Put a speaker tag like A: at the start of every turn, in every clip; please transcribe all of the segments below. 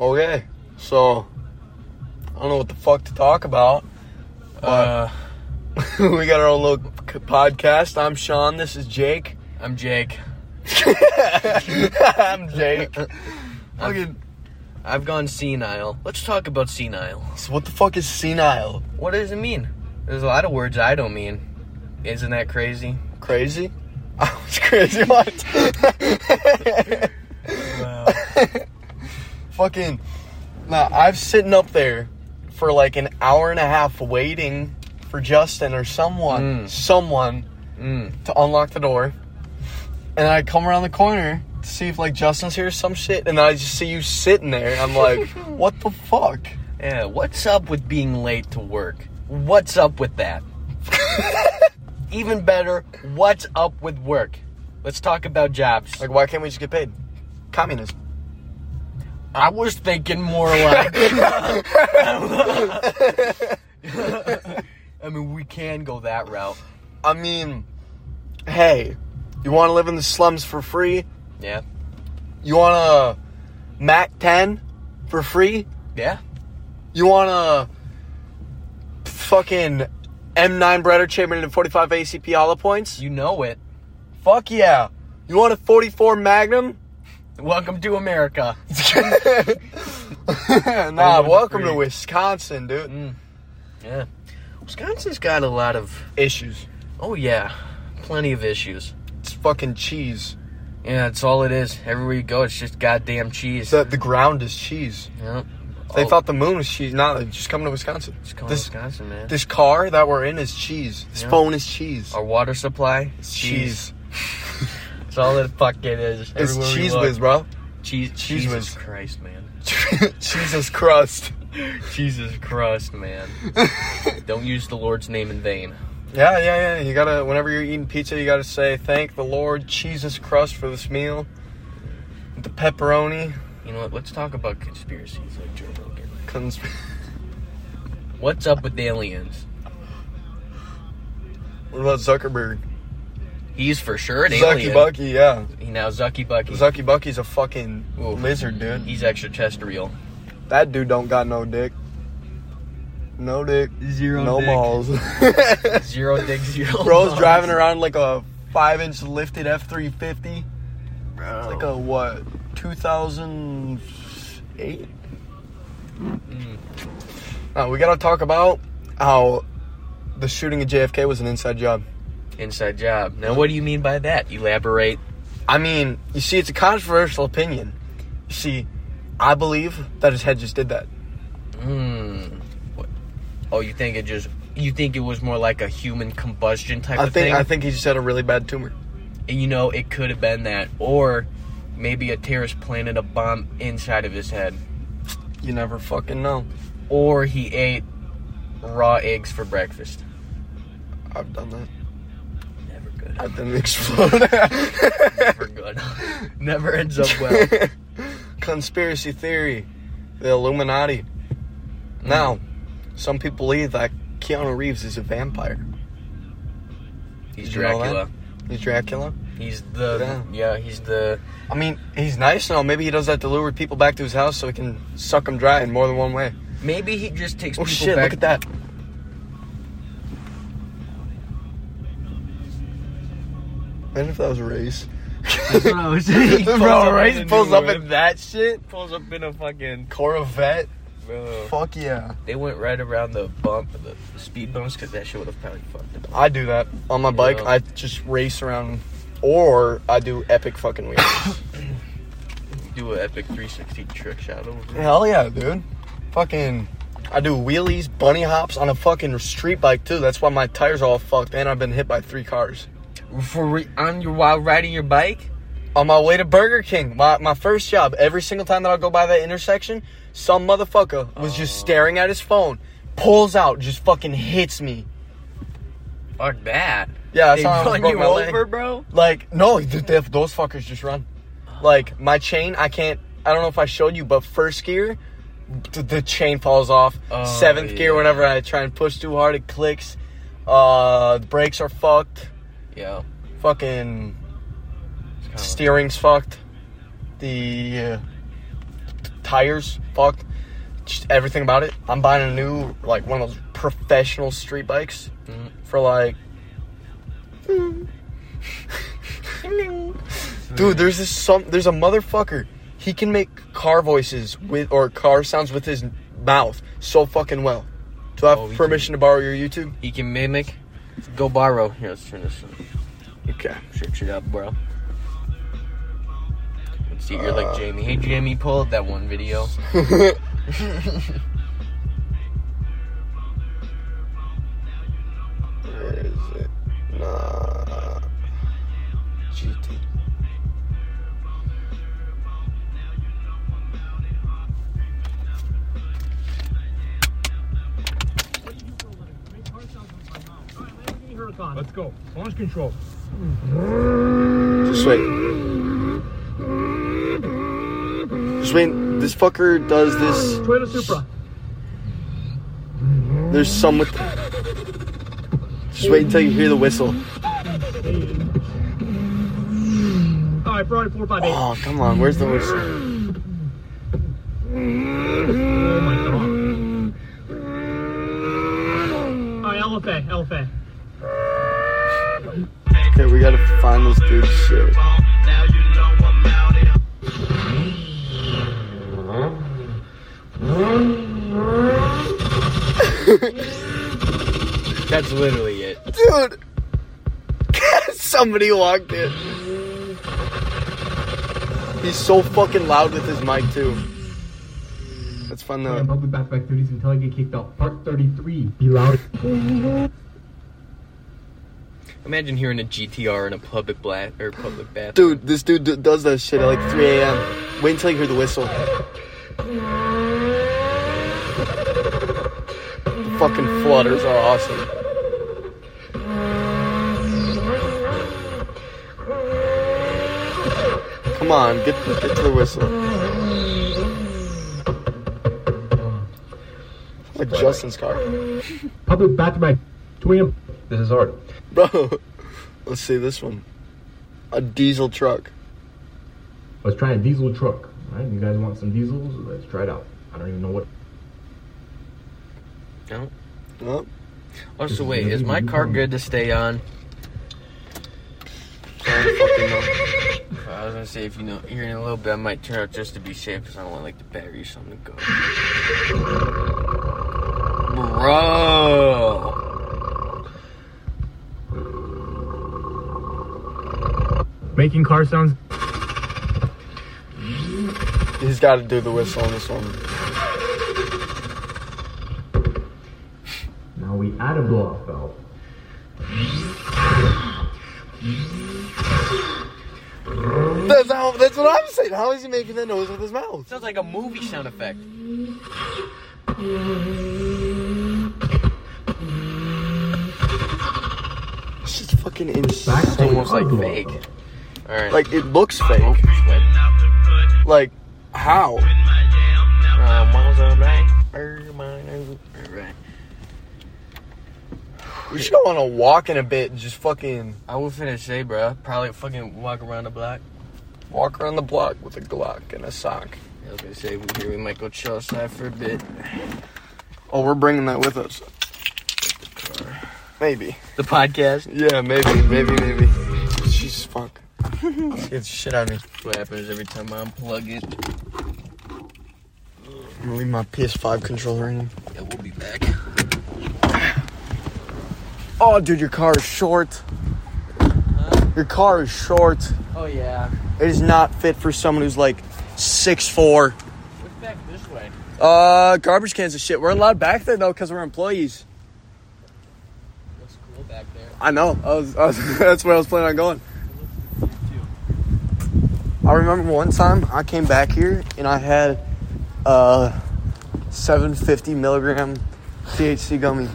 A: Okay, so I don't know what the fuck to talk about.
B: Uh,
A: we got our own little c- podcast. I'm Sean. This is Jake.
B: I'm Jake.
A: I'm
B: Jake.
A: Fucking.
B: I've gone senile. Let's talk about senile.
A: So what the fuck is senile?
B: What does it mean? There's a lot of words I don't mean. Isn't that crazy?
A: Crazy? I was crazy. What? Fucking. Nah, I've sitting up there for like an hour and a half waiting for Justin or someone,
B: Mm.
A: someone
B: Mm.
A: to unlock the door. And I come around the corner to see if like Justin's here or some shit, and I just see you sitting there. And I'm like, what the fuck?
B: Yeah, what's up with being late to work? What's up with that? Even better, what's up with work? Let's talk about jobs.
A: Like, why can't we just get paid? Communism.
B: I was thinking more like. I mean, we can go that route.
A: I mean, hey, you want to live in the slums for free?
B: Yeah.
A: You want a Mac 10 for free?
B: Yeah.
A: You want a fucking M9 Breder Chamberlain and 45 ACP hollow points?
B: You know it.
A: Fuck yeah. You want a 44 Magnum?
B: Welcome to America.
A: nah,
B: Everyone
A: welcome to
B: free.
A: Wisconsin, dude.
B: Mm. Yeah. Wisconsin's got a lot of
A: Issues.
B: oh yeah, plenty of issues.
A: It's fucking cheese.
B: Yeah, that's all it is. Everywhere you go, it's just goddamn cheese.
A: The, the ground is cheese.
B: yeah.
A: They
B: Oh,
A: thought the moon was cheese. Nah, they're just coming to Wisconsin.
B: it's called
A: this,
B: Wisconsin, man.
A: this car that we're in is cheese. This
B: Yeah.
A: phone is cheese.
B: Our water supply,
A: It's
B: cheese. That's all it fucking is.
A: It's
B: Everywhere we
A: cheese
B: look.
A: whiz, bro.
B: Cheese,
A: Cheese
B: Jesus
A: whiz.
B: Christ, man.
A: Jesus crust.
B: Jesus Christ, man. Don't use the Lord's name in vain.
A: Yeah, yeah, yeah. You gotta, whenever you're eating pizza, you gotta say, thank the Lord, Jesus crust for this meal. The pepperoni.
B: You know what? Let's talk about conspiracies, like Joe Rogan.
A: Cons-
B: What's up with aliens?
A: what about Zuckerberg?
B: He's for sure an
A: Zucky
B: alien.
A: Bucky, yeah.
B: He now Zucky Bucky.
A: Zucky Bucky's a fucking
B: Ooh.
A: lizard, dude.
B: He's extraterrestrial.
A: That dude don't got no dick. No dick.
B: Zero
A: no
B: dick.
A: balls.
B: Zero dick, zero.
A: Bro's
B: balls.
A: driving around like a five inch lifted F three fifty.
B: Bro.
A: Like a what? Two thousand eight?
B: Mm.
A: Uh, we gotta talk about how the shooting at JFK was an inside job.
B: inside job. Now, what do you mean by that? Elaborate.
A: I mean, you see, it's a controversial opinion. You see, I believe that his head just did that.
B: Hmm. What? Oh, you think it just? You think it was more like a human combustion type
A: I
B: of
A: think
B: thing?
A: I think he just had a really bad tumor.
B: and you know, it could have been that, or maybe a terrorist planted a bomb inside of his head,
A: You never fucking know.
B: or he ate raw eggs for breakfast.
A: I've done that.
B: Never good.
A: I've done explode.
B: Never good. Never ends up well.
A: Conspiracy theory, the Illuminati. Now, some people believe that Keanu Reeves is a vampire.
B: He's
A: Did you know that?
B: Dracula.
A: He's Dracula.
B: He's the yeah. He's the
A: I mean, he's nice and all. Maybe he does that to lure people back to his house so he can suck them dry in more than one way.
B: maybe he just takes
A: Oh
B: people
A: shit!
B: back
A: Look at that. Imagine if that was a race. Bro, race pulls up in that shit.
B: pulls up in a fucking.
A: Corvette.
B: Bro.
A: Fuck yeah.
B: They went right around the bump, the speed bumps, because that shit would have probably fucked them. up.
A: I do that on my bike.
B: Yeah.
A: I just race around, or I do epic fucking wheels.
B: Do an epic 360 trick shot over. there.
A: Hell yeah, dude. Fucking. I do wheelies, bunny hops on a fucking street bike too. That's why my tires are all fucked, and I've been hit by three cars.
B: For re- on your while riding your bike,
A: On my way to Burger King, my, my first job, every single time that I go by that intersection, some motherfucker was just staring at his phone, pulls out, just fucking hits me.
B: fuck that.
A: Yeah, that's
B: they
A: how I
B: run
A: broke
B: you
A: my leg.
B: over, bro.
A: Like, no, th- they have- those fuckers just run. Like, my chain, I can't, I don't know if I showed you, but first gear, th- the chain falls off.
B: Oh,
A: Seventh gear,
B: yeah.
A: whenever I try and push too hard, it clicks. Uh, the brakes are fucked.
B: Yeah.
A: Fucking
B: it's kinda-
A: steering's fucked. The uh, t- tires fucked, just everything about it. I'm buying a new like one of those professional street bikes
B: mm,
A: for like. Dude, there's this some there's a motherfucker. He can make car voices with or car sounds with his mouth so fucking well. Do I have
B: Oh, he
A: permission to borrow your YouTube?
B: You can mimic. Go borrow. Here, let's turn this. on.
A: Okay.
B: Shit, shit up, bro. Let's see, you're like Jamie. Hey, Jamie, pull up that one video.
A: Where is it? Nah. GT.
C: Let's go. Launch control.
A: Just wait. Just wait. This fucker does this.
C: Toyota Supra.
A: There's some with. Just wait until you hear the whistle.
C: All right, Ferrari 458.
A: Oh, come on. Where's the whistle?
C: Oh my god. All right, LFA, LFA.
A: Okay, we gotta find this dude's shit.
B: That's literally it.
A: Dude! Somebody walked in. He's so fucking loud with his mic, too. Let's find
D: I'm
A: the.
D: probably back to back 30s until I get kicked out. Part 33. Be loud.
B: Imagine hearing a GTR in a public bla- or public bath.
A: Dude, this dude d- does that shit at like 3 a.m. Wait until you hear the whistle. The fucking flutters are awesome. Come on, get, get to the whistle. Like Justin's car.
D: Public back to back 2 a.m. This is hard.
A: Bro, let's see this one. A diesel truck.
D: Let's try a diesel truck. All right, you guys want some diesels? Let's try it out. I don't even know what.
B: No?
A: Well,
B: Also, wait, is my car good to stay on?
A: I don't fucking know.
B: I was gonna say, if you know, here in a little bit, I might turn out just to be safe because I don't want like the battery or something to go. Bro!
C: Making car sounds.
A: He's got to do the whistle on this one.
D: Now we add a blow off valve.
A: That's how. That's what I'm saying. How is he making that noise with his mouth?
B: Sounds like a movie sound effect.
A: It's just fucking insane.
D: Back to
B: Almost like
D: car blow-off
B: fake.
D: valve.
B: Alright.
A: Like it looks
B: Oh,
A: fake.
B: sweat.
A: Like how?
B: Uh, miles alright. Er, mine, er, alright.
A: We should go on a walk in a bit and just fucking
B: I will finish today, bro. Probably fucking walk around the block.
A: walk around the block with a Glock and a sock.
B: I was gonna say, we here we might go chill outside for a bit.
A: Oh, we're bringing that with us. Maybe.
B: The podcast.
A: Yeah, maybe, maybe, maybe. She's fuck. Get the shit out of me.
B: What happens every time I unplug it?
A: I'm gonna leave my PS5 controller in.
B: Yeah, we'll be back.
A: Oh, dude, your car is short. Your car is short.
B: Oh, yeah.
A: It is not fit for someone who's like six four.
B: What's back this way?
A: Uh, garbage cans and shit. We're allowed back there though because we're employees.
B: Looks cool back there.
A: I know. I was, I was, that's where I was planning on going. I remember one time I came back here and I had uh 750 milligram THC gummy.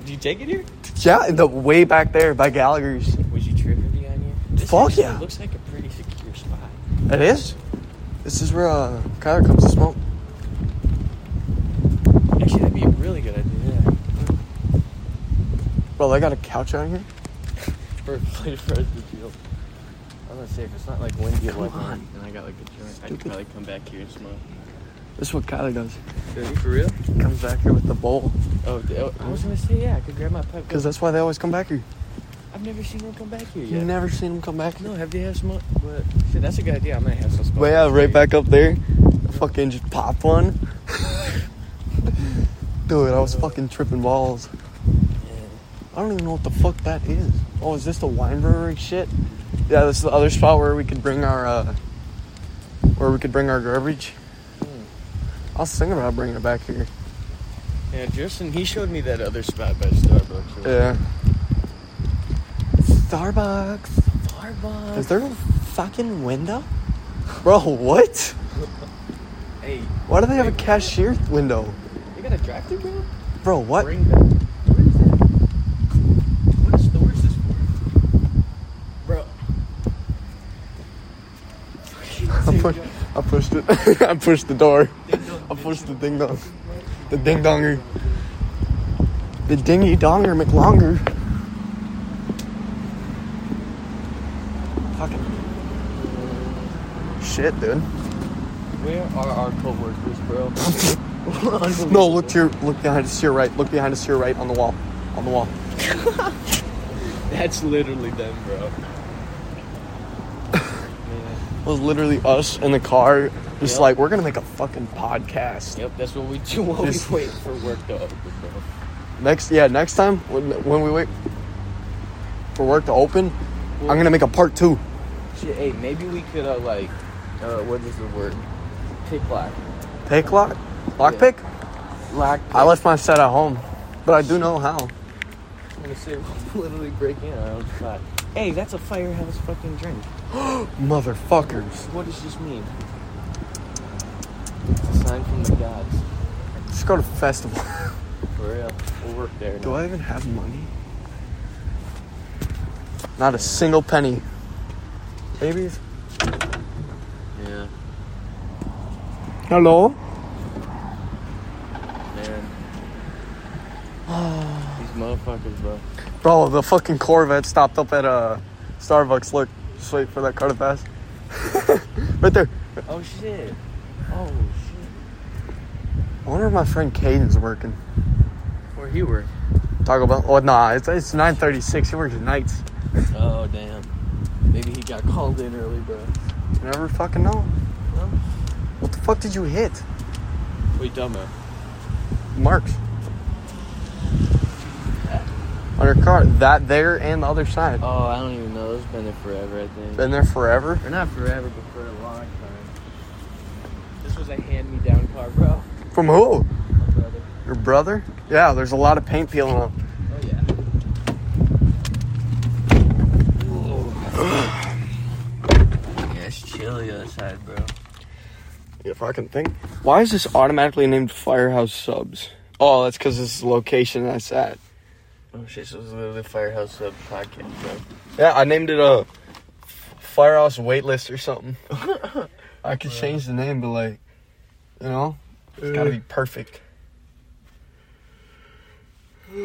B: Did you take it here?
A: yeah, in the way back there by Gallagher's.
B: Was you tripping behind you? This
A: Fuck
B: actually
A: yeah.
B: Looks like a pretty secure spot.
A: It is. This is where uh, Kyler comes to smoke.
B: Actually, that'd be a really good idea.
A: Bro, they got a couch out here.
B: For a plate for us to deal. I'm gonna say if it's not like windy or whatnot, and I got like a joint, I could probably come back here and smoke.
A: This is what Kyler does.
B: Dude, you for real?
A: He comes back here with the bowl.
B: Oh, d- oh, I was gonna say yeah. I could grab my pipe.
A: Because that's why they always come back here.
B: I've never seen him come back here
A: you
B: yet.
A: never seen him come back.
B: No, have they had some? uh, But shit, that's a good idea. I might have some.
A: But yeah, right back up there. Fucking just popped one. Dude, I was fucking tripping balls. I don't even know what the fuck that is. Oh, is this the wine brewery shit? Yeah, this is the other spot where we could bring our, uh, where we could bring our garbage. I was thinking about bringing it back here.
B: Yeah, Justin, he showed me that other spot by Starbucks.
A: Yeah. Starbucks.
B: Starbucks.
A: Is there a fucking window? Bro, what?
B: Hey,
A: Why do they have a cashier window?
B: you got a drive-through, bro?
A: Bro, what?
B: Ring bell. Where is that? What store is this for?
A: I
B: Bro.
A: pushed, I pushed it. I pushed the door. I pushed the ding dong. The ding donger. The dingy donger McLonger. Fucking shit, dude.
B: Where are our coworkers, bro?
A: No, look to your look behind us to your right. Look behind us to your right on the wall. On the wall.
B: That's literally them, bro.
A: It was literally us in the car, just
B: Yep.
A: like we're gonna make a fucking podcast.
B: Yep, that's what we do while
A: Just-
B: we wait for work to open, bro.
A: Next, yeah, next time when, when we wait for work to open, I'm gonna make a part two.
B: Shit, hey, maybe we could, uh, like, uh, what is the word? Pick lock.
A: Pick lock, lock
B: Yeah.
A: pick.
B: Lock.
A: I left my set at home, but I do know how.
B: I'm gonna say we'll literally break in our own spot. Hey, that's a firehouse fucking drink.
A: Motherfuckers,
B: What does this mean? It's a sign from the gods.
A: just go to festival.
B: For real. We'll work there.
A: do I even have money? Not a single penny. Babies.
B: Yeah,
A: Hello.
B: man. These motherfuckers, bro.
A: Bro, the fucking Corvette stopped up at uh, Starbucks. Look, just wait for that car to pass. right there.
B: Oh shit. Oh shit.
A: I wonder if my friend Caden's working.
B: Where he were?
A: Taco Bell. Oh nah, it's it's 9:36. He works nights.
B: Oh damn. Maybe he got called in early, bro.
A: You never fucking know.
B: No.
A: What the fuck did you hit,
B: Wait, dumbass.
A: Marks? On your car, that there and the other side.
B: Oh, I don't even know. It's been there forever, I think.
A: Been there forever.
B: or not forever, but for a long time. This was a hand-me-down car, bro.
A: From who?
B: My brother.
A: Your brother? Yeah, there's a lot of paint peeling up.
B: Oh yeah. yeah, it's chilly outside, bro.
A: If I can think. Why is this automatically named Firehouse Subs? Oh, that's because this is the location that's at.
B: Oh shit, so this is literally Firehouse Sub podcast, bro.
A: Yeah, I named it a Firehouse Waitlist or something. I could change the name, but like, you know, it's gotta be perfect.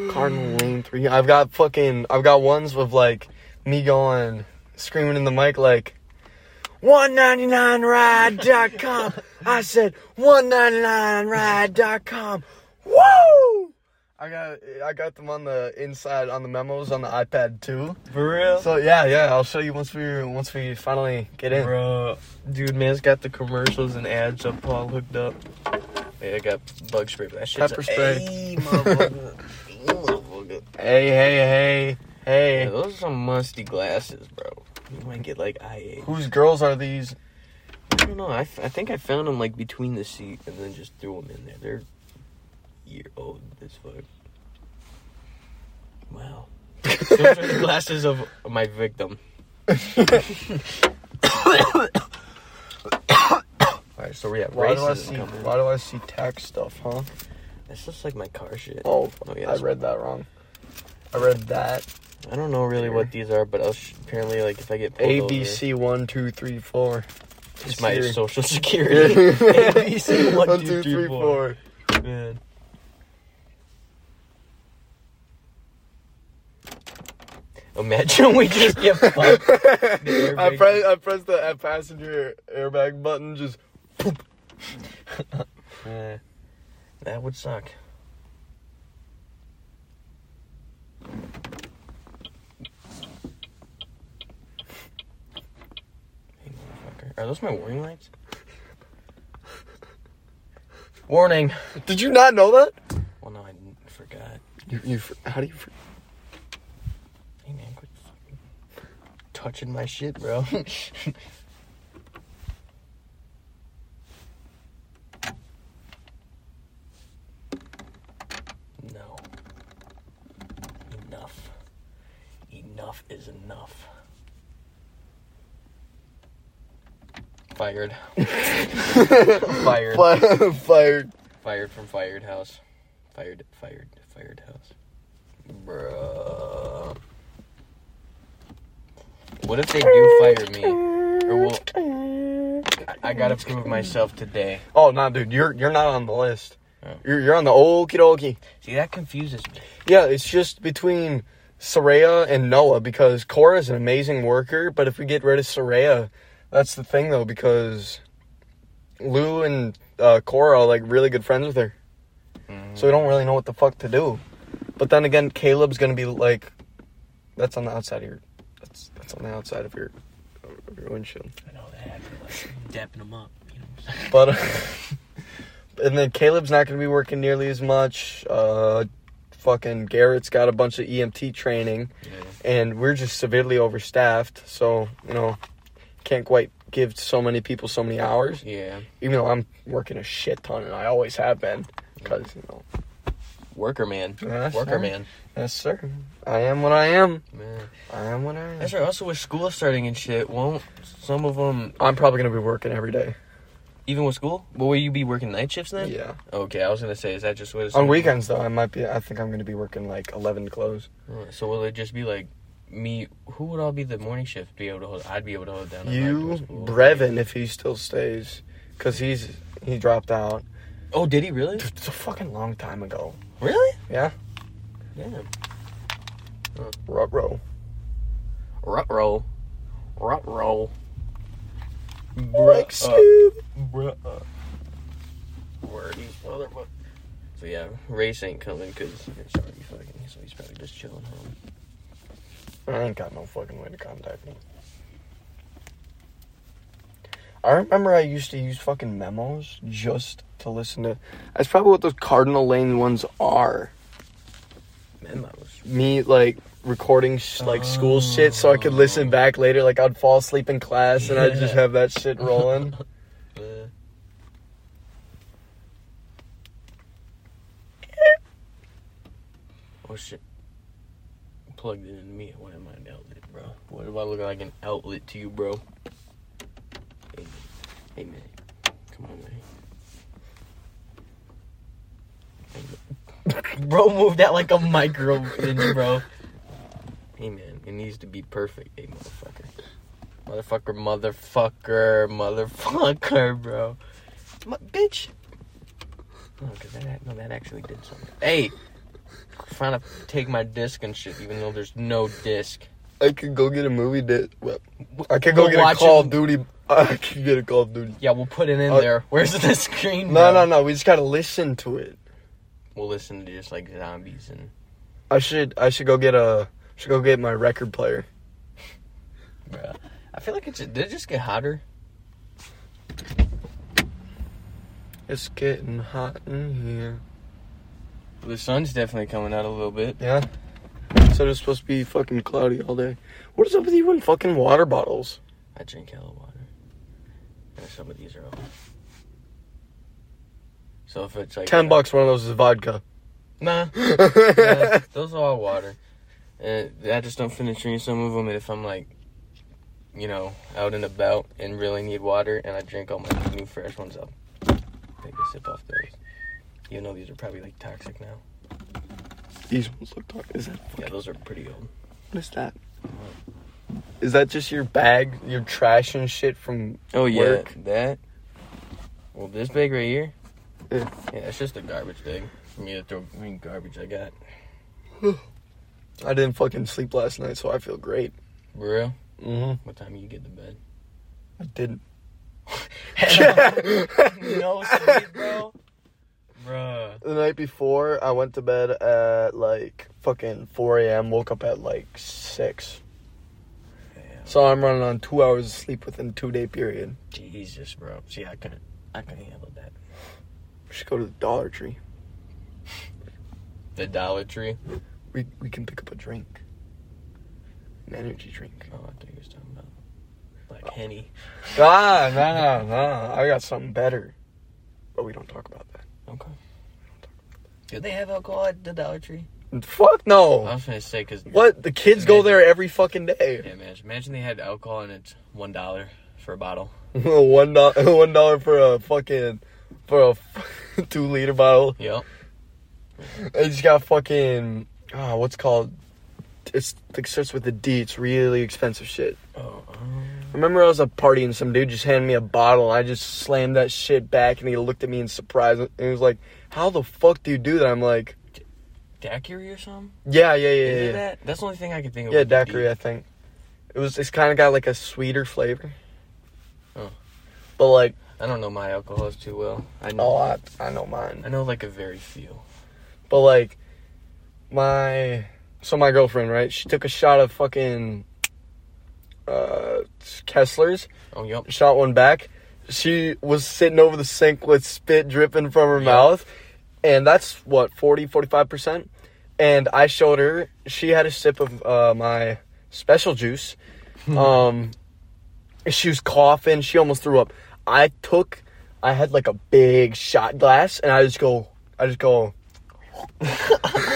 A: Cardinal Lane Three. I've got fucking. I've got ones with like me going screaming in the mic like. 199ride.com. I said 199ride.com. Woo! I got I got them on the inside on the memos on the iPad too.
B: For real,
A: So yeah, yeah, I'll show you once we once we finally get in.
B: bro. Dude, man's got the commercials and ads up all hooked up. Yeah, I got bug spray. but That shit's
A: Pepper spray.
B: Hey, motherfucker. Hey, motherfucker.
A: Hey, hey, hey, hey.
B: Yeah, those are some musty glasses, bro. You might get like IA.
A: Whose girls are these?
B: I don't know. I, f- I think I found them like between the seat and then just threw them in there. They're year old as fuck. Wow. Those are the glasses of my victim. Alright, so we're at
A: Why do I
B: racism
A: see?
B: coming.
A: Why do I see tax stuff, huh?
B: That's just like my car shit.
A: Oh,
B: yeah,
A: I
B: that's-
A: read that wrong. I read that.
B: I don't know really what these are, but I'll sh- apparently like if I get pulled
A: A
B: over,
A: B C one two three four.
B: it's my
A: here.
B: social security. ABC
A: One two three four.
B: Man. Imagine we just get fucked. The
A: I
B: airbag-
A: press I press the passenger airbag button. Just
B: Yeah. That would suck. Hey, motherfucker. Are those my warning lights? Warning!
A: Did you not know that?
B: Well, no, I didn't- forgot.
A: You, you, fr- how do you? fr-
B: Hey, man, quit fucking touching my shit, bro. no. Enough. Enough is enough. Fired. Fired.
A: Fi- Fired.
B: Fired from Fired House. Fired, fired, fired house. Bruh. What if they do fire me? Or will I, I gotta prove myself today.
A: Oh no, dude, you're you're not on the list.
B: Oh.
A: You're you're on the okie dokie.
B: See, that confuses me.
A: Yeah, it's just between Soraya and Noah because Cora is an amazing worker, but if we get rid of Soraya, that's the thing though because Lou and uh, Cora are like really good friends with her, so we don't really know what the fuck to do. But then again, Caleb's gonna be like, that's on the outside of your, that's that's on the outside of your, of your windshield.
B: I know that. Like, dapping them up. You know what I'm saying?
A: But and then Caleb's not going to be working nearly as much. Uh, fucking Garrett's got a bunch of EMT training, and we're just severely overstaffed. So you know, can't quite give so many people so many hours.
B: Yeah.
A: Even though I'm working a shit ton, and I always have been, because you know,
B: Worker man.
A: Yeah,
B: Worker
A: sure.
B: man.
A: yes sir, I am what I am.
B: Man.
A: I am what I am.
B: That's right. Also, with school starting and shit, won't some of them,
A: I'm probably going to be working every day.
B: even with school, will you be working night shifts then?
A: Yeah.
B: Okay, I was gonna say, is that just what it's
A: On weekends though, I might be. I think I'm going to be working like 11 to close.
B: Alright, So will it just be like me? Who would all be the morning shift? Be able to hold? I'd be able to hold down. if I
A: You,
B: was cool.
A: Brevin, if he still stays, because he's he dropped out.
B: Oh, did he really?
A: Dude, it's a fucking long time ago.
B: Really?
A: Yeah,
B: Yeah.
A: rut row.
B: Rut roll. Rut roll.
A: Like Scoob.
B: uh, Bruh. uh. Wordy motherfucker. So yeah, race ain't coming because it's already fucking. So he's probably just chilling home.
A: I ain't got no fucking way to contact him. I remember I used to use fucking memos just to listen to. That's probably what those Cardinal Lane ones are.
B: Memos.
A: Me like recording sh- like school shit so I could listen back later. Like I'd fall asleep in class and I'd just
B: Yeah.
A: have that shit rolling.
B: Uh, oh shit. Plugged it into me. What am I an outlet, bro? What if I look like an outlet to you, bro? Hey, man. Hey, man. Come on, man. Hey, man. Bro moved that like a micro inch, bro. Hey man, it needs to be perfect, hey motherfucker. Motherfucker, motherfucker, motherfucker, bro. M- bitch. No, 'cause that, no, that actually did something. Hey! Trying to take my disc and shit, even though there's no disc.
A: I could go get a movie that well, I could
B: we'll
A: go get a
B: watch
A: Call
B: it-
A: of Duty. I could get a Call of Duty.
B: Yeah, we'll put it in
A: Oh.
B: there. Where's the screen?
A: No, no,
B: bro?
A: no. We just gotta listen to it.
B: We'll listen to just like zombies and.
A: I should. I should go get a. Should go get my record player.
B: Bruh. I feel like it's. Did it just get hotter?
A: It's getting hot in here.
B: The sun's definitely coming out a little bit.
A: Yeah. Said it's supposed to be fucking cloudy all day. What is up with you and fucking water bottles?
B: I drink hella water. And some of these are open. So if it's like.
A: Ten bucks. One of those is vodka.
B: Nah. Yeah, those are all water. And I just don't finish drinking some of them. And if I'm like, you know, out and about and really need water, and I drink all my new fresh ones, I'll take a sip off those. Even though these are probably like toxic now.
A: These ones look dark. Is that
B: Yeah, those are pretty old.
A: what is that? Is that just your bag, your trash and shit from?
B: Oh yeah,
A: Work.
B: that. Well, this bag right here.
A: Yeah.
B: Yeah, it's just a garbage bag for me to throw green garbage I got.
A: I didn't fucking sleep last night, so I feel great.
B: For real?
A: Mm-hmm.
B: What time you get to bed?
A: I didn't.
B: no sleep, bro.
A: night before, I went to bed at like fucking 4 a.m., woke up at like 6. So I'm running on two hours of sleep within a two day period.
B: Jesus, bro. See, I couldn't, I couldn't handle that.
A: We should go to the Dollar Tree.
B: The Dollar Tree.
A: We, we can pick up a drink, an energy drink.
B: Oh, I thought you was talking about like Henny.
A: Ah, nah, nah. I got something better. But we don't talk about that.
B: Okay. Do they have alcohol at the Dollar Tree?
A: Fuck
B: I
A: no.
B: was gonna say because
A: What? The kids go there every fucking day.
B: Yeah, man. Imagine they had alcohol and it's one dollar for a bottle.
A: one dollar, one dollar for a fucking, for a two liter bottle.
B: Yep.
A: They just got fucking, ah, what's it called? It's like starts with a D. It's really expensive shit.
B: Oh,
A: I remember I was at a party and some dude just handed me a bottle and I just slammed that shit back and he looked at me in surprise and he was like, "How the fuck do you do that?" I'm like,
B: daiquiri or something.
A: "Yeah, yeah, yeah,
B: Isn't
A: yeah."
B: it that? That's the only thing I could think of.
A: Yeah,
B: with the
A: daiquiri. I think it was. It's kind of got like a sweeter flavor.
B: Oh.
A: But like,
B: D. I don't know my alcohols too well. I know.
A: oh, I, I know
B: I
A: mine.
B: know like a very few.
A: But like, my so my girlfriend, right? She took a shot of fucking uh Kessler's,
B: Oh, yep.
A: shot one back. She was sitting over the sink with spit dripping from her mouth, and that's what 40, 45 percent. And I showed her. She had a sip of uh, my special juice. um, she was coughing. She almost threw up. I took, I had like a big shot glass, and I just go, I just go,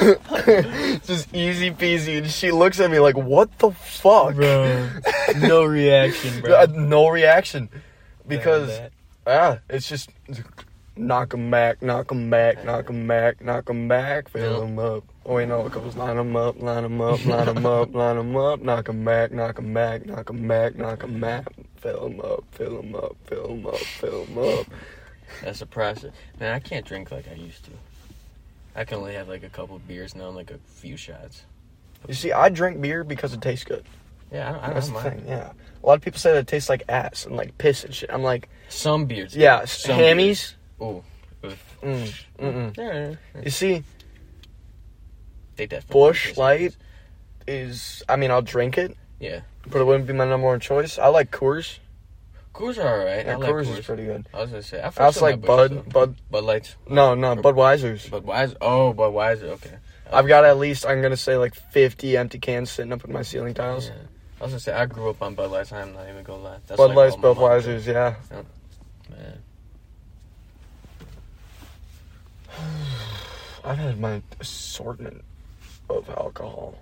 A: just easy peasy. And she looks at me like, "What the fuck?"
B: Bro, no reaction,
A: Uh,
B: bro.
A: no reaction because
B: Damn
A: ah, it's just knock 'em back, knock 'em back, knock 'em back, knock 'em back, fill 'em up. Oh wait, no, it goes line 'em up, line 'em up, line 'em up, line 'em up, knock 'em back, knock 'em back, knock 'em back, knock 'em back, fill 'em up, fill 'em up, fill 'em up, fill 'em up.
B: that. That's a process. Man, I can't drink like I used to. I can only have like a couple beers now and like a few shots.
A: You see, I drink beer because it tastes good.
B: Yeah, I don't, I
A: That's
B: don't
A: the
B: mind.
A: thing. Yeah, a lot of people say that it tastes like ass and like piss and shit. I'm like,
B: Some beers.
A: yeah,
B: Some
A: hammies.
B: Ooh.
A: Mm, mm-mm.
B: Yeah,
A: You see,
B: they definitely.
A: Bush Light is. I mean, I'll drink it.
B: Yeah.
A: but it wouldn't be my number one choice. I like Coors.
B: Coors are alright.
A: Yeah,
B: I like
A: Coors,
B: Coors.
A: is pretty good.
B: I was gonna say. I,
A: I also like Bud.
B: Bush,
A: Bud.
B: Bud Lights.
A: No, no, Budweiser's.
B: Budweiser. Oh, Budweiser. Okay.
A: I've got at least I'm gonna say like 50 empty cans sitting up in my ceiling
B: Yeah.
A: tiles.
B: I was gonna say I grew up on Bud Lights. I'm not even gonna lie. That's
A: Bud
B: like
A: Lights,
B: all my mom did,
A: Budweiser's, yeah.
B: Man.
A: I've had my assortment of alcohol.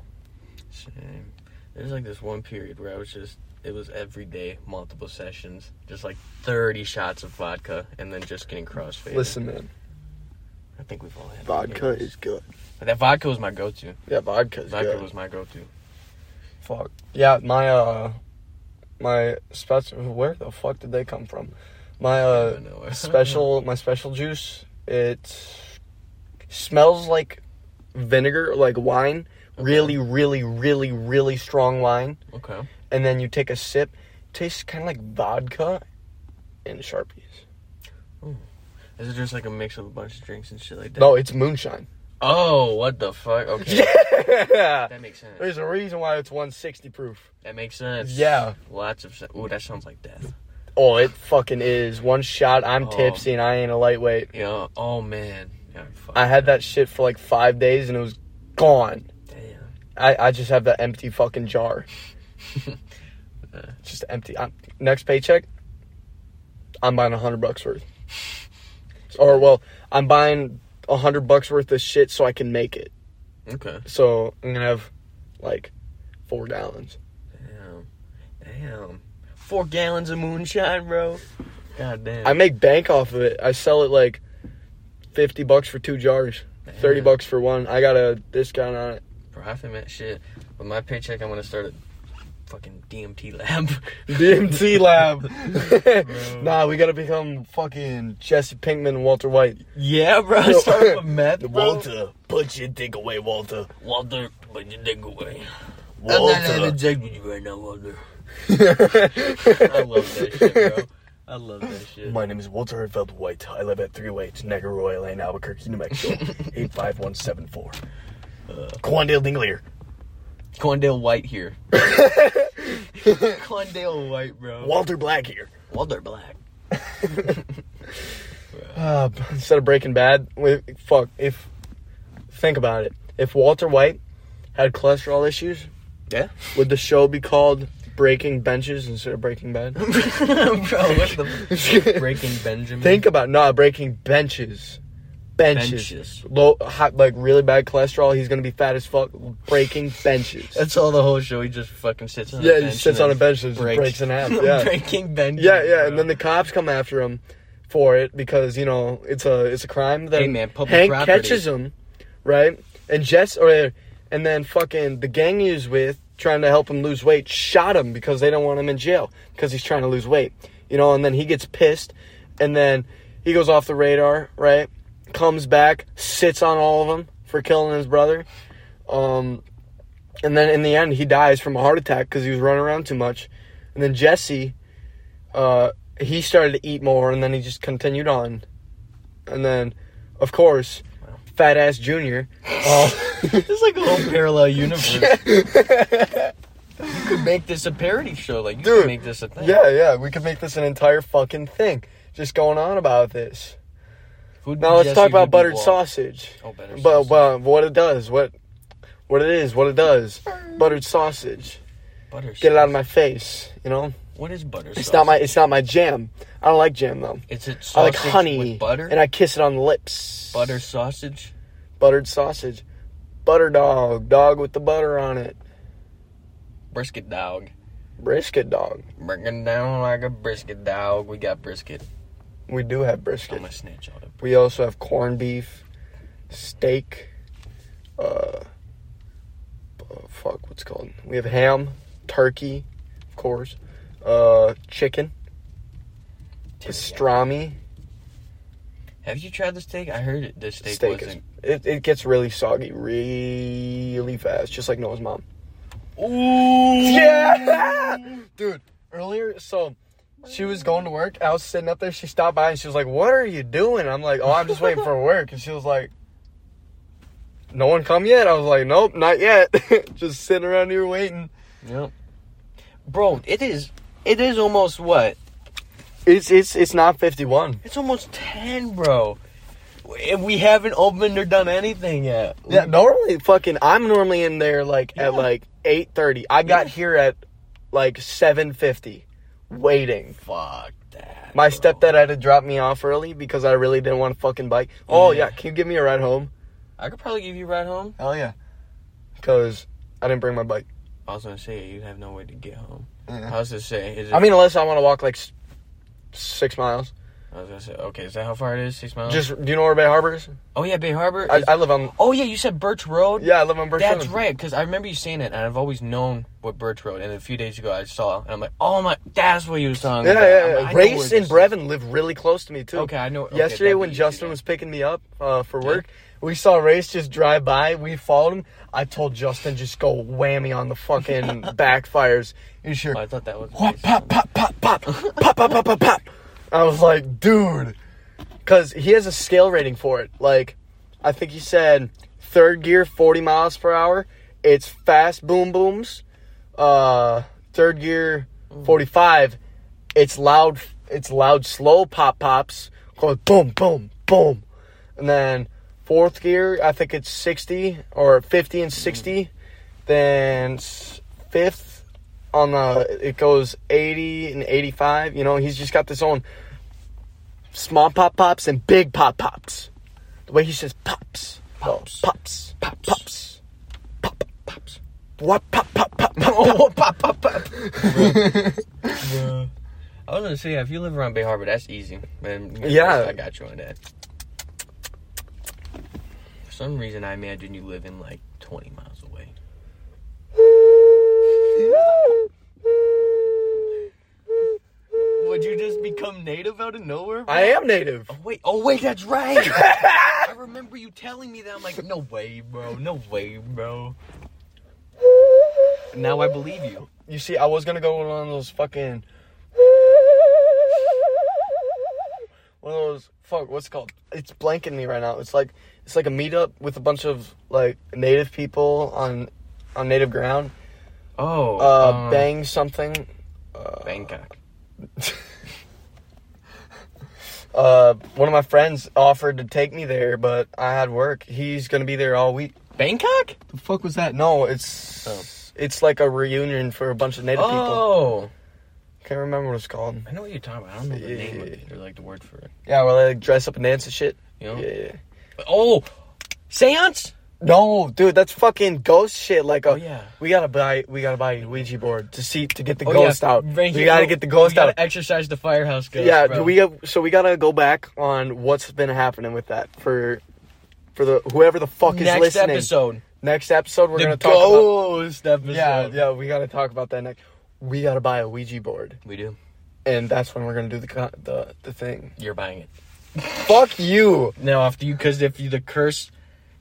B: Same. There's like this one period where I was just it was every day, multiple sessions, just like thirty shots of vodka and then just getting crossfaded.
A: Listen, man,
B: I think we've all had
A: vodka
B: those.
A: is good.
B: But that vodka was my go to.
A: Yeah, vodka is
B: Vodka
A: good.
B: was my go to.
A: Fuck. Yeah, my uh, my special. Where the fuck did they come from? My uh,
B: I know.
A: special my special juice it smells like vinegar like wine really really really really strong wine
B: Okay.
A: and then you take a sip tastes kind of like vodka and sharpies
B: Is it just like a mix of a bunch of drinks and shit like that?
A: no it's moonshine
B: Oh, what the fuck? Okay.
A: yeah
B: That makes sense.
A: there's a reason why it's 160 proof
B: That makes sense.
A: Yeah.
B: Lots of. Sense. Ooh, that sounds like death.
A: oh it fucking is one shot i'm
B: Oh.
A: tipsy and i ain't a lightweight
B: Yeah. Oh man. Yeah, fuck.
A: i had that shit for like five days and it was gone
B: Damn.
A: I, I just have that empty fucking jar.
B: Uh.
A: just empty. I'm, next paycheck, I'm buying a hundred bucks worth. Or well, I'm buying a hundred bucks worth of shit so I can make it.
B: Okay.
A: So I'm gonna have like four gallons.
B: Damn. Damn. Four gallons of moonshine, bro. God damn.
A: I make bank off of it. I sell it like fifty bucks for two jars, thirty
B: Damn.
A: bucks for one. I got a discount on it.
B: Profit, man. Shit. With my paycheck, I'm gonna start a fucking DMT lab.
A: DMT lab. nah, we gotta become fucking Jesse Pinkman and Walter White.
B: yeah, bro. Start with meth, bro.
A: put your dick away, Walter.
B: Walter, but you dig away. I'm not
A: Walter.
B: having sex with you right now, Walter. I love that shit, bro. I love that shit.
A: My name is Walter Feld White. I live at 308 Niagara Royal Lane, Albuquerque, New Mexico, 85174. Uh, Quandale Dinglier.
B: Condale White here. Condale White, bro.
A: Walter Black here.
B: Walter Black.
A: Uh, instead of Breaking Bad, wait, fuck, if, think about it. If Walter White had cholesterol issues,
B: Yeah.
A: would the show be called Breaking Benches instead of Breaking Bad?
B: bro, what the Breaking Benjamin?
A: Think about not breaking benches. Benches.
B: Benches.
A: Low, hot, like really bad cholesterol. He's gonna be fat as fuck. Breaking benches.
B: That's all the whole show. He just fucking sits on
A: Yeah,
B: a
A: he
B: bench.
A: sits
B: and
A: on a
B: then
A: bench and just breaks in half, yeah.
B: Breaking Benjamin.
A: yeah, yeah. And
B: bro.
A: then the cops come after him for it because you know it's a it's a crime. That
B: Hey, man, public
A: Hank
B: property.
A: catches him, right? And Jess or and then fucking the gang he was with trying to help him lose weight shot him because they don't want him in jail because he's trying to lose weight, you know. And then he gets pissed, and then he goes off the radar, right? Comes back, sits on all of them for killing his brother. Um, and then in the end, he dies from a heart attack because he was running around too much. And then Jesse, uh, he started to eat more, and then he just continued on. And then, of course, fat ass Junior.
B: Oh. It's like a whole parallel universe. you could make this a parody show. Like you
A: Dude,
B: could make this a thing.
A: Yeah, yeah, we could make this an entire fucking thing. Just going on about this.
B: Food
A: Now let's
B: Jesse
A: talk
B: would
A: about
B: be
A: buttered
B: Walt.
A: sausage.
B: Oh, buttered
A: But
B: sausage.
A: well, what it does, what, what it is, what it does. Buttered sausage.
B: Butter.
A: Get it out of
B: sauce.
A: my face. You know,
B: What is butter?
A: it's not my, it's not my jam. I don't like jam though.
B: It's it sausage
A: I like honey
B: with butter.
A: and I kiss it on the lips.
B: butter sausage.
A: buttered sausage, butter dog, dog with the butter on it,
B: Brisket dog.
A: brisket dog.
B: Bring it down like a brisket dog. We got brisket.
A: We do have
B: I'm
A: brisket.
B: gonna snitch on it.
A: We also have corned beef, steak, uh, oh, fuck, what's it called? We have ham, turkey, of course, uh, chicken, pastrami.
B: Have you tried the steak? I heard it. The steak,
A: Steak is,
B: wasn't.
A: it, it gets really soggy really fast, just like Noah's mom.
B: Ooh.
A: Yeah, dude. Earlier, so she was going to work. I was sitting up there. She stopped by and she was like, "What are you doing?" I'm like, "Oh, I'm just waiting for work." And she was like, "No one come yet?" I was like, "Nope, not yet. just sitting around here waiting."
B: Yep. Bro, it is. It is almost what?
A: It's it's it's not 51.
B: It's almost ten, bro. And we haven't opened or done anything yet.
A: Yeah, normally fucking I'm normally in there like at like 8:30. I got here at like 7:50 waiting.
B: Fuck that.
A: My
B: bro.
A: stepdad had to drop me off early because I really didn't want to fucking bike. Oh
B: Yeah.
A: yeah, can you give me a ride home?
B: I could probably give you a ride home.
A: Hell yeah. Because I didn't bring my bike.
B: I was gonna say you have no way to get home. I was gonna say. Is it,
A: I mean, unless I want to walk like s- six miles.
B: I was gonna say. Okay, is that how far it is? Six miles.
A: Just, do you know where Bay Harbor is?
B: Oh yeah, Bay Harbor.
A: I,
B: is-
A: I live on,
B: oh yeah, you said Birch Road.
A: yeah, I live on Birch
B: That's
A: Island.
B: right, because I remember you saying it, and I've always known what Birch Road. And a few days ago, I saw, and I'm like, "Oh my, that's what you were talking
A: Yeah,
B: about." I'm
A: yeah,
B: like,
A: yeah.
B: I know where
A: Race
B: this
A: and
B: is.
A: Brevin live really close to me, too.
B: Okay, I know- okay,
A: Yesterday,
B: that'd be
A: when
B: easy
A: Justin
B: then.
A: was picking me up uh, for work, we saw Race just drive by. We followed him. I told Justin, just go whammy on the fucking backfires. You sure?
B: Oh, I thought that was.
A: What? Pop, pop, pop, pop, pop, pop, pop, pop, pop. I was like, dude, because he has a scale rating for it. Like, I think he said third gear, 40 miles per hour. It's fast boom booms. Uh, third gear, 45. It's loud, it's loud, slow pop pops. Called boom, boom, boom. And then fourth gear, I think it's 60 or 50 and 60. Then s- fifth on the it goes 80 and 85 you know he's just got this own small pop pops and big pop pops the way he says pops pops pops pops pops pop pops what pop pop pop pop
B: Oh, pop, pop, pop. Bruh. I was gonna say, if you live around Bay Harbor, that's easy. Man,
A: Yeah.
B: I got you on that. For some reason, I imagine you live in like 20 miles away. Would you just become native out of nowhere? bro?
A: i am native
B: Oh, wait, oh wait, that's right. I remember you telling me that. I'm like, no way, bro, no way, bro. Now I believe you.
A: you see i was gonna go on one of those fucking one of those fuck what's it called it's blanking me right now it's like it's like a meetup with a bunch of like native people on on native ground
B: Oh,
A: uh
B: um,
A: bang something uh,
B: Bangkok.
A: uh one of my friends offered to take me there but i had work he's gonna be there all week
B: Bangkok?
A: the fuck was that no it's
B: Oh.
A: it's like a reunion for a bunch of native people
B: Oh,
A: can't remember what it's called
B: I know what you're talking about. I don't know the
A: Yeah,
B: name
A: yeah,
B: of
A: yeah.
B: it or like the word for it.
A: yeah where they like dress up and dance and shit
B: You know?
A: yeah, yeah.
B: Oh, seance?
A: No, dude, that's fucking ghost shit. Like, a,
B: Oh, yeah.
A: we gotta buy, we gotta buy a Ouija board to see to get the
B: Oh,
A: ghost
B: yeah.
A: out.
B: Right
A: we
B: here.
A: gotta
B: Oh,
A: get the ghost
B: we gotta
A: out.
B: Exercise the firehouse ghost.
A: yeah,
B: bro.
A: we have, so we gotta go back on what's been happening with that for, for the whoever the fuck is
B: next
A: listening.
B: episode.
A: Next episode, we're
B: the
A: gonna talk about.
B: ghost episode.
A: Yeah, yeah, we gotta talk about that next. We gotta buy a Ouija board,
B: We do.
A: and that's when we're gonna do the co- the the thing.
B: You're buying it
A: Fuck you.
B: now. After you, because if you the curse,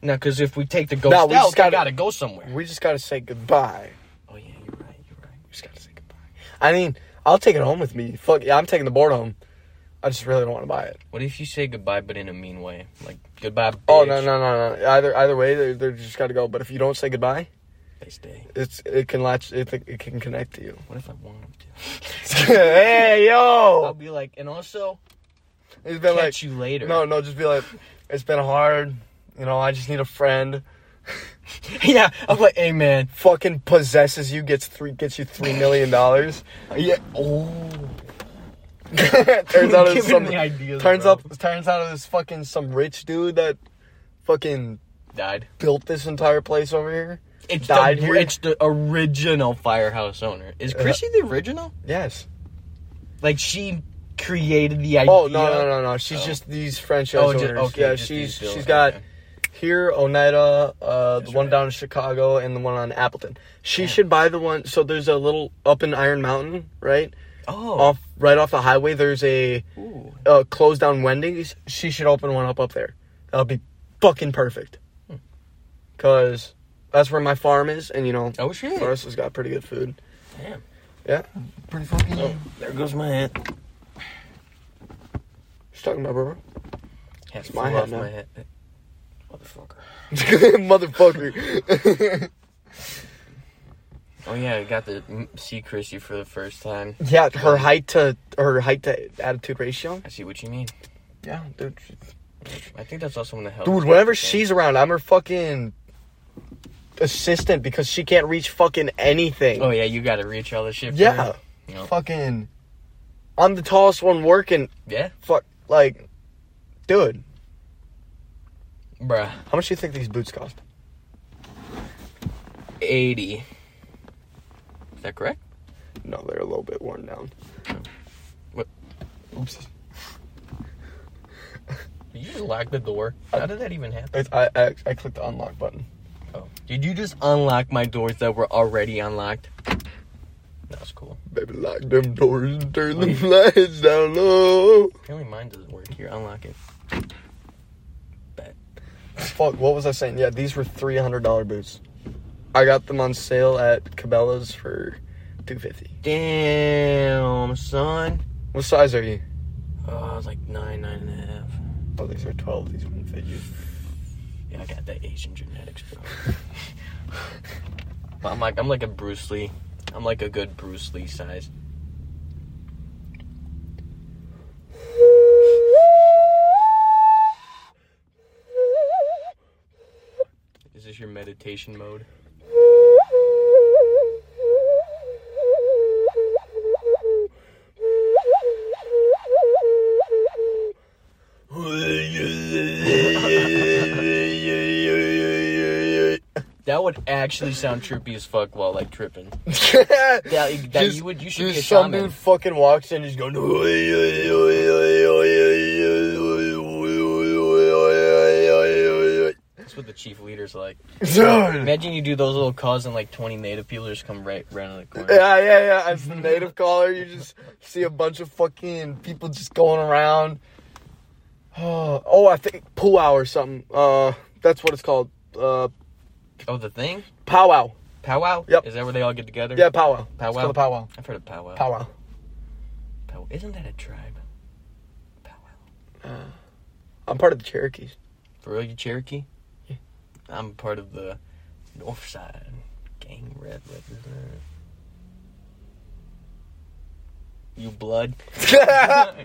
B: now because if we take the ghost
A: No,
B: out,
A: we
B: we
A: just gotta-
B: gotta, go somewhere.
A: We just gotta say goodbye.
B: Oh yeah, you're right. You're right. We just gotta say goodbye.
A: I mean, I'll take it home with me. Fuck yeah, I'm taking the board home. I just really don't want to buy it.
B: What if you say goodbye but in a mean way, like goodbye? Bitch.
A: Oh no no no no! Either either way, they're, they're just got to go. But if you don't say goodbye,
B: They stay.
A: it's it can latch it, it can connect to you.
B: What if I want them to?
A: hey
B: I'll
A: yo!
B: be like, and also
A: It's been
B: catch
A: Oh. like
B: you later.
A: no no, just be like it's been hard. You know, I just need a friend.
B: yeah, I'm like, hey man.
A: Fucking possesses you, gets three gets you three million dollars.
B: Yeah. Oh.
A: turns out it's
B: Giving
A: some
B: me ideas,
A: turns
B: bro.
A: up turns out it's fucking some rich dude that fucking
B: Died.
A: built this entire place over here.
B: It's
A: Died
B: the,
A: here? Uh-huh.
B: It's the original firehouse owner. Is Chrissy the original?
A: Yes.
B: Like she created the idea.
A: Oh no no no no! She's
B: Oh.
A: just these franchise
B: Oh,
A: owners.
B: just- okay,
A: yeah,
B: just
A: she's she's
B: these buildings,
A: got
B: okay.
A: here Oneida, uh, the
B: That's
A: one
B: right.
A: down in Chicago, and the one on Appleton. She should buy the one. So there's a little up in Iron Mountain, right
B: Oh.
A: off right off the highway. There's a
B: Ooh.
A: uh, closed down Wendy's. She should open one up up there. That'll be fucking perfect.
B: Hmm.
A: Cause that's where my farm is, and you know,
B: Oh shit.
A: Marissa's got pretty good food.
B: Damn.
A: Yeah, Oh.
E: Pretty fucking.
B: There goes my hat.
A: she's talking about bro.
B: Hat's
A: my
B: my
A: hat
B: off
A: now.
B: my hat. Motherfucker.
A: Motherfucker.
B: Oh yeah, I got to mm, see Chrissy for the first time.
A: Yeah, her height to her height to attitude ratio.
B: I see what you mean.
A: Yeah, dude.
B: I think that's also in the health.
A: Dude, whenever
B: thing.
A: she's around, I'm her fucking assistant because she can't reach fucking anything.
B: Oh yeah, you gotta reach all the shit. for
A: yeah,
B: her. No.
A: fucking. I'm the tallest one working.
B: Yeah,
A: Fuck, like, dude,
B: bruh.
A: how much do you think these boots cost?
B: Eighty. Is that correct?
A: No, they're a little bit worn down.
B: Oops. Did you just lock the door? How did that even happen?
A: It's, I, I I clicked the unlock button.
B: Oh. Did you just unlock my doors that were already unlocked? That was cool.
A: Baby, lock them doors and turn the lights down low.
B: Apparently mine doesn't work. Here, unlock it. Bet.
A: Fuck, what was I saying? Yeah, these were three hundred dollar boots. I got them on sale at Cabela's for two fifty.
B: Damn, son.
A: What size are you?
B: Oh, I was like nine, nine and a half.
A: Oh, these are twelve. These wouldn't fit you.
B: Yeah, I got that Asian genetics, bro. but I'm like, I'm like a Bruce Lee. I'm like a good Bruce Lee size. Is this your meditation mode? That would actually sound trippy as fuck while like tripping. That, that you would, you should be a
A: just some
B: shaman.
A: dude fucking walks in. He's going. Dude,
B: That's what the chief leader's like. Imagine you do those little calls and like 20 native people just come right around the corner.
A: Yeah, yeah, yeah. As the native caller, you just see a bunch of fucking people just going around. Oh, oh I think powwow or something. Uh, that's what it's called. Uh,
B: Oh, the thing?
A: powwow.
B: Powwow?
A: Yep.
B: Is that where they all get together?
A: Yeah, powwow. It's
B: Powwow?
A: called a powwow.
B: I've heard of powwow.
A: Powwow.
B: Pow- Isn't that a tribe? Powwow.
A: I'm part of the Cherokees.
B: For real, you Cherokee? Yeah. I'm part of the North Side gang red representative. You blood?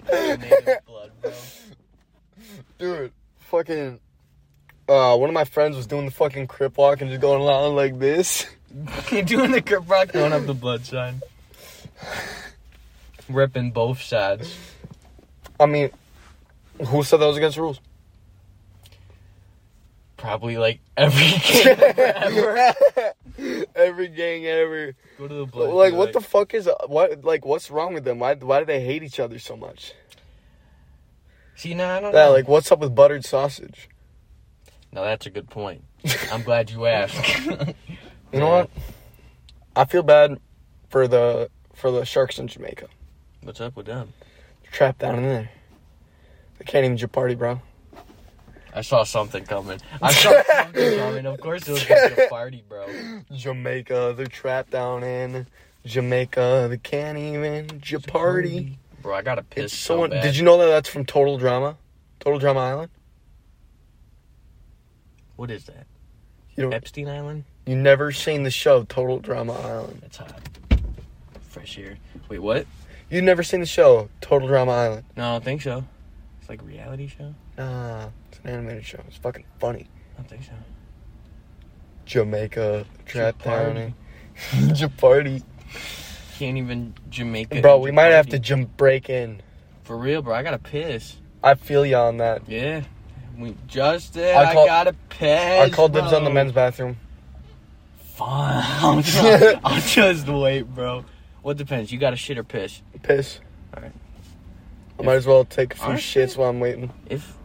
B: Native blood, bro.
A: Dude, fucking. Uh, one of my friends was doing the fucking crip walk and just going along like this.
B: You're doing the Kurt Rock going up the blood sign. Ripping both sides.
A: I mean, who said that was against the rules?
B: Probably like every gang ever.
A: Every gang ever.
B: Go to the blood.
A: Like,
B: be
A: what the fuck is what? Like, what's wrong with them? Why? Why do they hate each other so much?
B: See, no, I don't
A: Yeah,
B: know.
A: like, what's up with buttered sausage?
B: no, that's a good point. I'm glad you asked.
A: You know what? I feel bad for the for the sharks in Jamaica.
B: What's up with them?
A: They're trapped down in there. They can't even party, bro.
B: I saw something coming. I saw something coming. Of course, it was just a party, bro.
A: Jamaica, they're trapped down in Jamaica. They can't even j- party.
B: Bro, I got to piss
A: It's
B: so
A: so.
B: bad.
A: Did you know that that's from Total Drama? Total Drama Island.
B: What is that?
A: You don't,
B: Epstein Island?
A: you never seen the show Total Drama Island.
B: That's hot. Fresh air. Wait, what?
A: You never seen the show Total Drama Island.
B: No, I don't think so. It's like a reality show.
A: Nah, it's an animated show. It's fucking funny.
B: I don't think so.
A: Jamaica eh? trapped down
B: Jeopardy.
A: in Jeopardy.
B: Can't even Jamaica.
A: Bro, we might have to
B: Jeopardy.
A: jump break in.
B: For real, bro. I gotta piss.
A: I feel you on that.
B: Yeah. We just did.
A: I
B: I,
A: call-
B: gotta piss.
A: I called dibs on the
B: bro.
A: men's bathroom.
B: Fine. I'll just, I'll just wait, bro. What depends? You gotta shit or piss.
A: Piss.
B: Alright.
A: I might as well take a few
B: Alright.
A: shits while I'm waiting.
B: If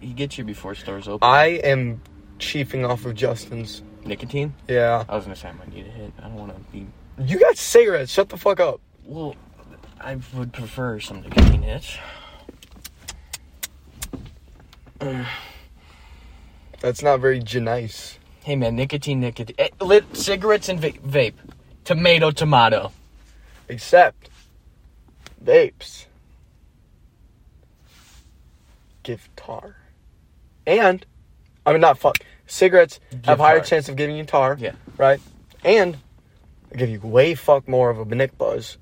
B: you get here before stores open.
A: I am chiefing off of Justin's.
B: Nicotine?
A: Yeah.
B: I was gonna say I might need a hit. I don't wanna be.
A: You got cigarettes. Shut the fuck up.
B: Well, I would prefer some nicotine hits.
A: That's not very nice.
B: Hey man, nicotine, nicotine. eh, lit cigarettes and va- vape. Tomato, tomato.
A: Except vapes. Give tar. And I mean not fuck. Cigarettes have higher
B: tar.
A: chance of giving you tar.
B: Yeah.
A: Right? And they give you way fuck more of a nick buzz.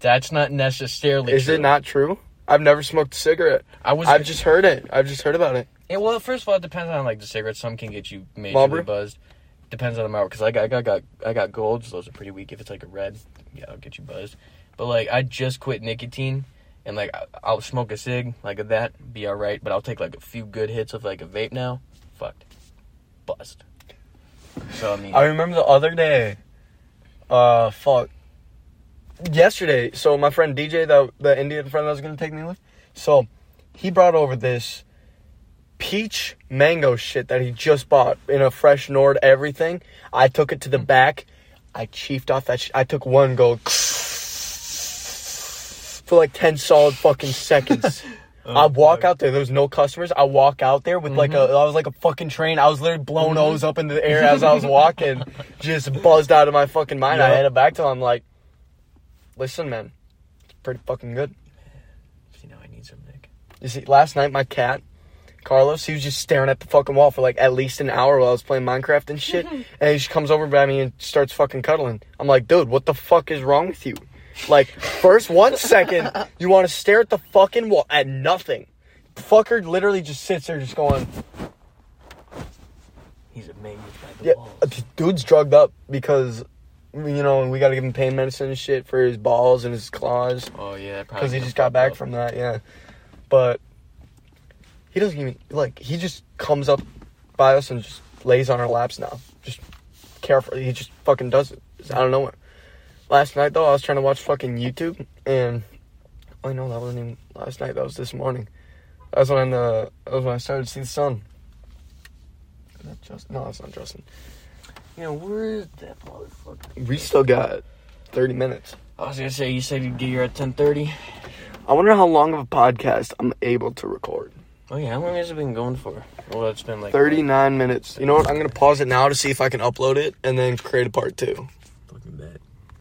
B: That's not necessarily.
A: Is
B: true.
A: it not true? I've never smoked a cigarette.
B: I was.
A: I've just heard it. I've just heard about it.
B: Eh, well, first of all, it depends on like the cigarettes. Some can get you majorly
A: Marlboro?
B: buzzed. Depends on the marlboro. Because I got, I got, got, I got golds. Those are pretty weak. If it's like a red, yeah, I'll get you buzzed. But like, I just quit nicotine, and like, I- I'll smoke a cig like that, be all right. But I'll take like a few good hits of like a vape now. Fucked, buzzed. So I mean,
A: I remember the other day. Uh, fuck. Yesterday, so my friend DJ, the the Indian friend that was gonna take me with, so he brought over this peach mango shit that he just bought in a fresh Nord everything. I took it to the back. I chiefed off that. Sh- I took one go for like ten solid fucking seconds. I walk out there. There was no customers. I walk out there with like a. I was like a fucking train. I was literally blown O's up in the air as I was walking, just buzzed out of my fucking mind. I
B: Yeah.
A: had it back till I'm like, listen, man, it's pretty fucking good.
B: see, now I need some Nick.
A: You see, last night my cat, Carlos, he was just staring at the fucking wall for like at least an hour while I was playing Minecraft and shit. and he just comes over by me and starts fucking cuddling. I'm like, dude, what the fuck is wrong with you? Like, first one second, you want to stare at the fucking wall at nothing. Fucker literally just sits there just going,
B: He's amazed by the
A: yeah,
B: balls.
A: uh, dude's drugged up because, you know, we got to give him pain medicine and shit for his balls and his claws.
B: Oh yeah, probably
A: because he just
B: comes
A: got back
B: up.
A: from that. Yeah, but he doesn't even like. He just comes up by us and just lays on our laps now. Just careful. He just fucking does it It's out of nowhere. Last night though, I was trying to watch fucking YouTube, and I know that wasn't even last night. That was this morning. That was when uh, that was when I started to see the sun. Is that Justin? No, that's not Justin.
B: You know, where is that motherfucker?
A: We still got thirty minutes.
B: I was gonna say you said you'd get here at ten thirty.
A: I wonder how long of a podcast I'm able to record.
B: Oh yeah, how long has it been going for? Well, it's been like
A: 39 minutes. You know what? I'm going to pause it now to see if I can upload it and then create a part two.
B: Fucking bad.